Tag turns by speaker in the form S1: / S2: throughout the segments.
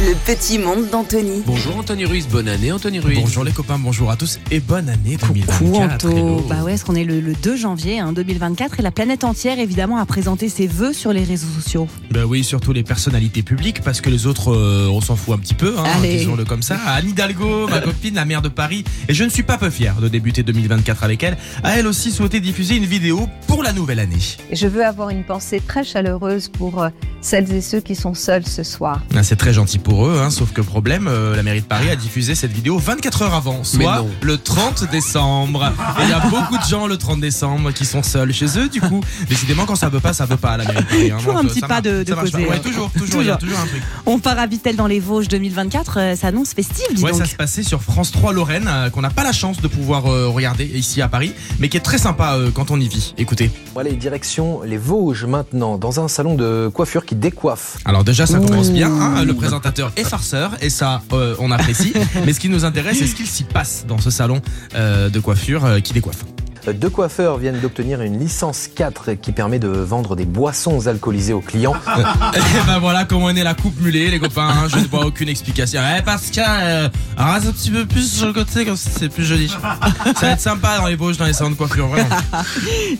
S1: Le petit monde d'Anthony.
S2: Bonjour Anthony Ruiz, bonne année Anthony Ruiz.
S3: Bonjour les copains, bonjour à tous et bonne année 2024.
S4: Coucou Anto.
S3: hello.
S4: Bah ouais, parce qu'on est le, le 2 janvier hein, 2024 et la planète entière évidemment a présenté ses vœux sur les réseaux sociaux.
S3: Bah oui, surtout les personnalités publiques parce que les autres, euh, on s'en fout un petit peu, hein,
S4: Allez.
S3: disons-le comme ça. À Anne Hidalgo, ma copine, la maire de Paris, et je ne suis pas peu fier de débuter 2024 avec elle, a elle aussi souhaité diffuser une vidéo pour la nouvelle année.
S5: Je veux avoir une pensée très chaleureuse pour euh, celles et ceux qui sont seuls ce soir.
S3: Ah, C'est très gentil pour eux, hein, sauf que problème, euh, la mairie de Paris a diffusé cette vidéo 24 heures avant,
S2: Mais
S3: soit
S2: non.
S3: le 30 décembre. Et il y a beaucoup de gens le 30 décembre qui sont seuls chez eux, du coup. Décidément, quand ça veut pas, ça veut pas à la mairie de Paris. hein.
S4: Toujours
S3: Non,
S4: un
S3: ça-
S4: petit
S3: ça
S4: pas
S3: marche-
S4: de- de
S3: ça marche pas.
S4: côté. hein.
S3: Ouais, toujours, toujours, il y a
S4: Toujours.
S3: toujours un truc.
S4: On part à Vitel dans les Vosges 2024, euh, ça annonce festive dis
S3: Ouais, ça
S4: donc.
S3: se passait sur France 3 Lorraine, euh, qu'on n'a pas la chance de pouvoir euh, regarder ici à Paris, mais qui est très sympa euh, quand on y vit. Écoutez.
S6: Voilà, et direction les Vosges maintenant, dans un salon de coiffure qui décoiffe.
S3: Alors déjà, ça commence bien. hein, le présentateur est farceur et ça, euh, on apprécie. mais ce qui nous intéresse, c'est ce qu'il s'y passe dans ce salon euh, de coiffure euh, qui décoiffe.
S6: Euh, Deux coiffeurs viennent d'obtenir une licence 4 qui permet de vendre des boissons alcoolisées aux clients.
S4: Ah.
S3: Et ben voilà comment est née la coupe mulet, les copains. hein, je ne vois aucune explication. Eh, Pascal, euh, rase un petit peu plus sur le côté comme ça, c'est plus joli. Ça va être sympa dans les Vosges, dans les salons de coiffure, vraiment.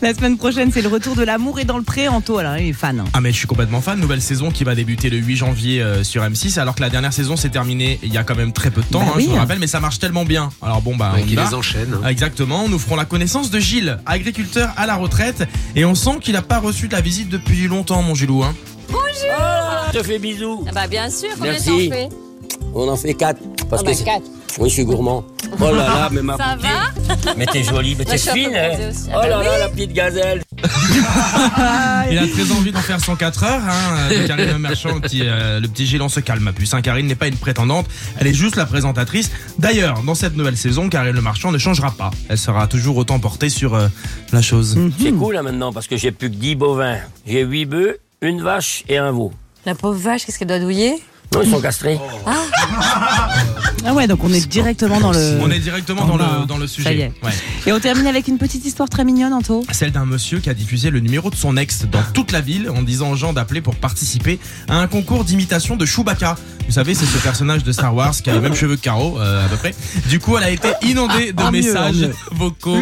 S4: La semaine prochaine, c'est le retour de l'amour et dans le pré Anto, alors il est fan. hein.
S3: Ah mais je suis complètement fan, nouvelle saison qui va débuter le 8 janvier euh, sur M6 alors que la dernière saison s'est terminée il y a quand même très peu de temps,
S4: Bah
S3: hein,
S4: oui.
S3: je vous rappelle, mais ça marche tellement bien. Alors bon bah on y
S2: qui
S3: va.
S2: les enchaîne. hein.
S3: Ah, Exactement, nous ferons la connaissance de Gilles, agriculteur à la retraite et on sent qu'il n'a pas reçu de la visite depuis longtemps mon Gilou. Hein.
S7: Je te fais bisous.
S8: Ah bah bien sûr, combien
S7: Merci.
S8: t'en fais
S7: On en fait quatre. Parce
S8: Ah
S7: que
S8: bah
S7: c'est-
S8: quatre.
S7: Oui, je suis gourmand. Oh là là, mais ma
S8: Ça va
S7: Mais t'es jolie, mais
S8: je
S7: t'es
S8: suis un peu
S7: fine.
S8: bronzée
S7: hein.
S8: aussi. Ah
S7: Oh
S8: bah
S7: là là, la petite gazelle.
S4: Ah,
S3: Il a très envie d'en faire 104 heures. Hein, de Karine Merchant, le petit, euh, le petit Gilles, on se calme. Plus, hein, Karine n'est pas une prétendante, elle est juste la présentatrice. D'ailleurs, dans cette nouvelle saison, Karine Le Marchand ne changera pas. Elle sera toujours autant portée sur euh, la chose.
S4: Mhm.
S7: C'est cool là maintenant parce que j'ai plus que 10 bovins. J'ai 8 bœufs, une vache et un veau.
S8: La pauvre vache, qu'est-ce qu'elle doit douiller
S7: Non, ils sont castrés.
S4: Ah ouais, donc on est directement dans le.
S3: On est directement dans
S4: Ah,
S3: le, dans le
S4: ça
S3: sujet.
S4: y est.
S3: Ouais.
S4: Et on termine avec une petite histoire très mignonne Anto.
S3: Celle d'un monsieur qui a diffusé le numéro de son ex dans toute la ville en disant aux gens d'appeler pour participer à un concours d'imitation de Chewbacca. Vous savez, c'est ce personnage de Star Wars qui a les mêmes cheveux que Caro, euh, à peu près. Du coup, elle a été inondée de
S4: En Ah, mieux,
S3: messages
S4: en mieux.
S3: vocaux.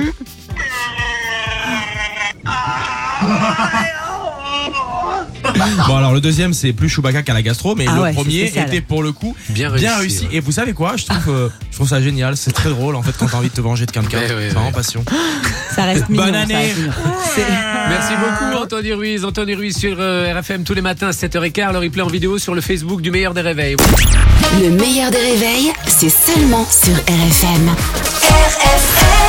S3: Bah, Bon alors le deuxième c'est plus Chewbacca qu'à la gastro mais
S4: Ah
S3: le
S4: ouais, c'est
S3: premier
S4: spécial.
S3: était pour le coup
S2: Bien
S3: bien
S2: réussi,
S3: réussi.
S2: ouais.
S3: Et vous savez quoi Je trouve, euh, je trouve ça génial. C'est très drôle en fait quand t'as envie de te venger de quelqu'un.
S2: Ouais, ouais,
S3: C'est vraiment
S2: ouais.
S3: passion.
S4: Ça reste
S3: Bonne
S4: mignon. ça
S3: année.
S4: reste mignon. C'est-
S2: Merci beaucoup Anthony Ruiz. Anthony Ruiz sur euh, RFM tous les matins à 7h15. Le replay en vidéo sur le Facebook du meilleur des réveils.
S1: Le meilleur des réveils, c'est seulement sur RFM. RFM.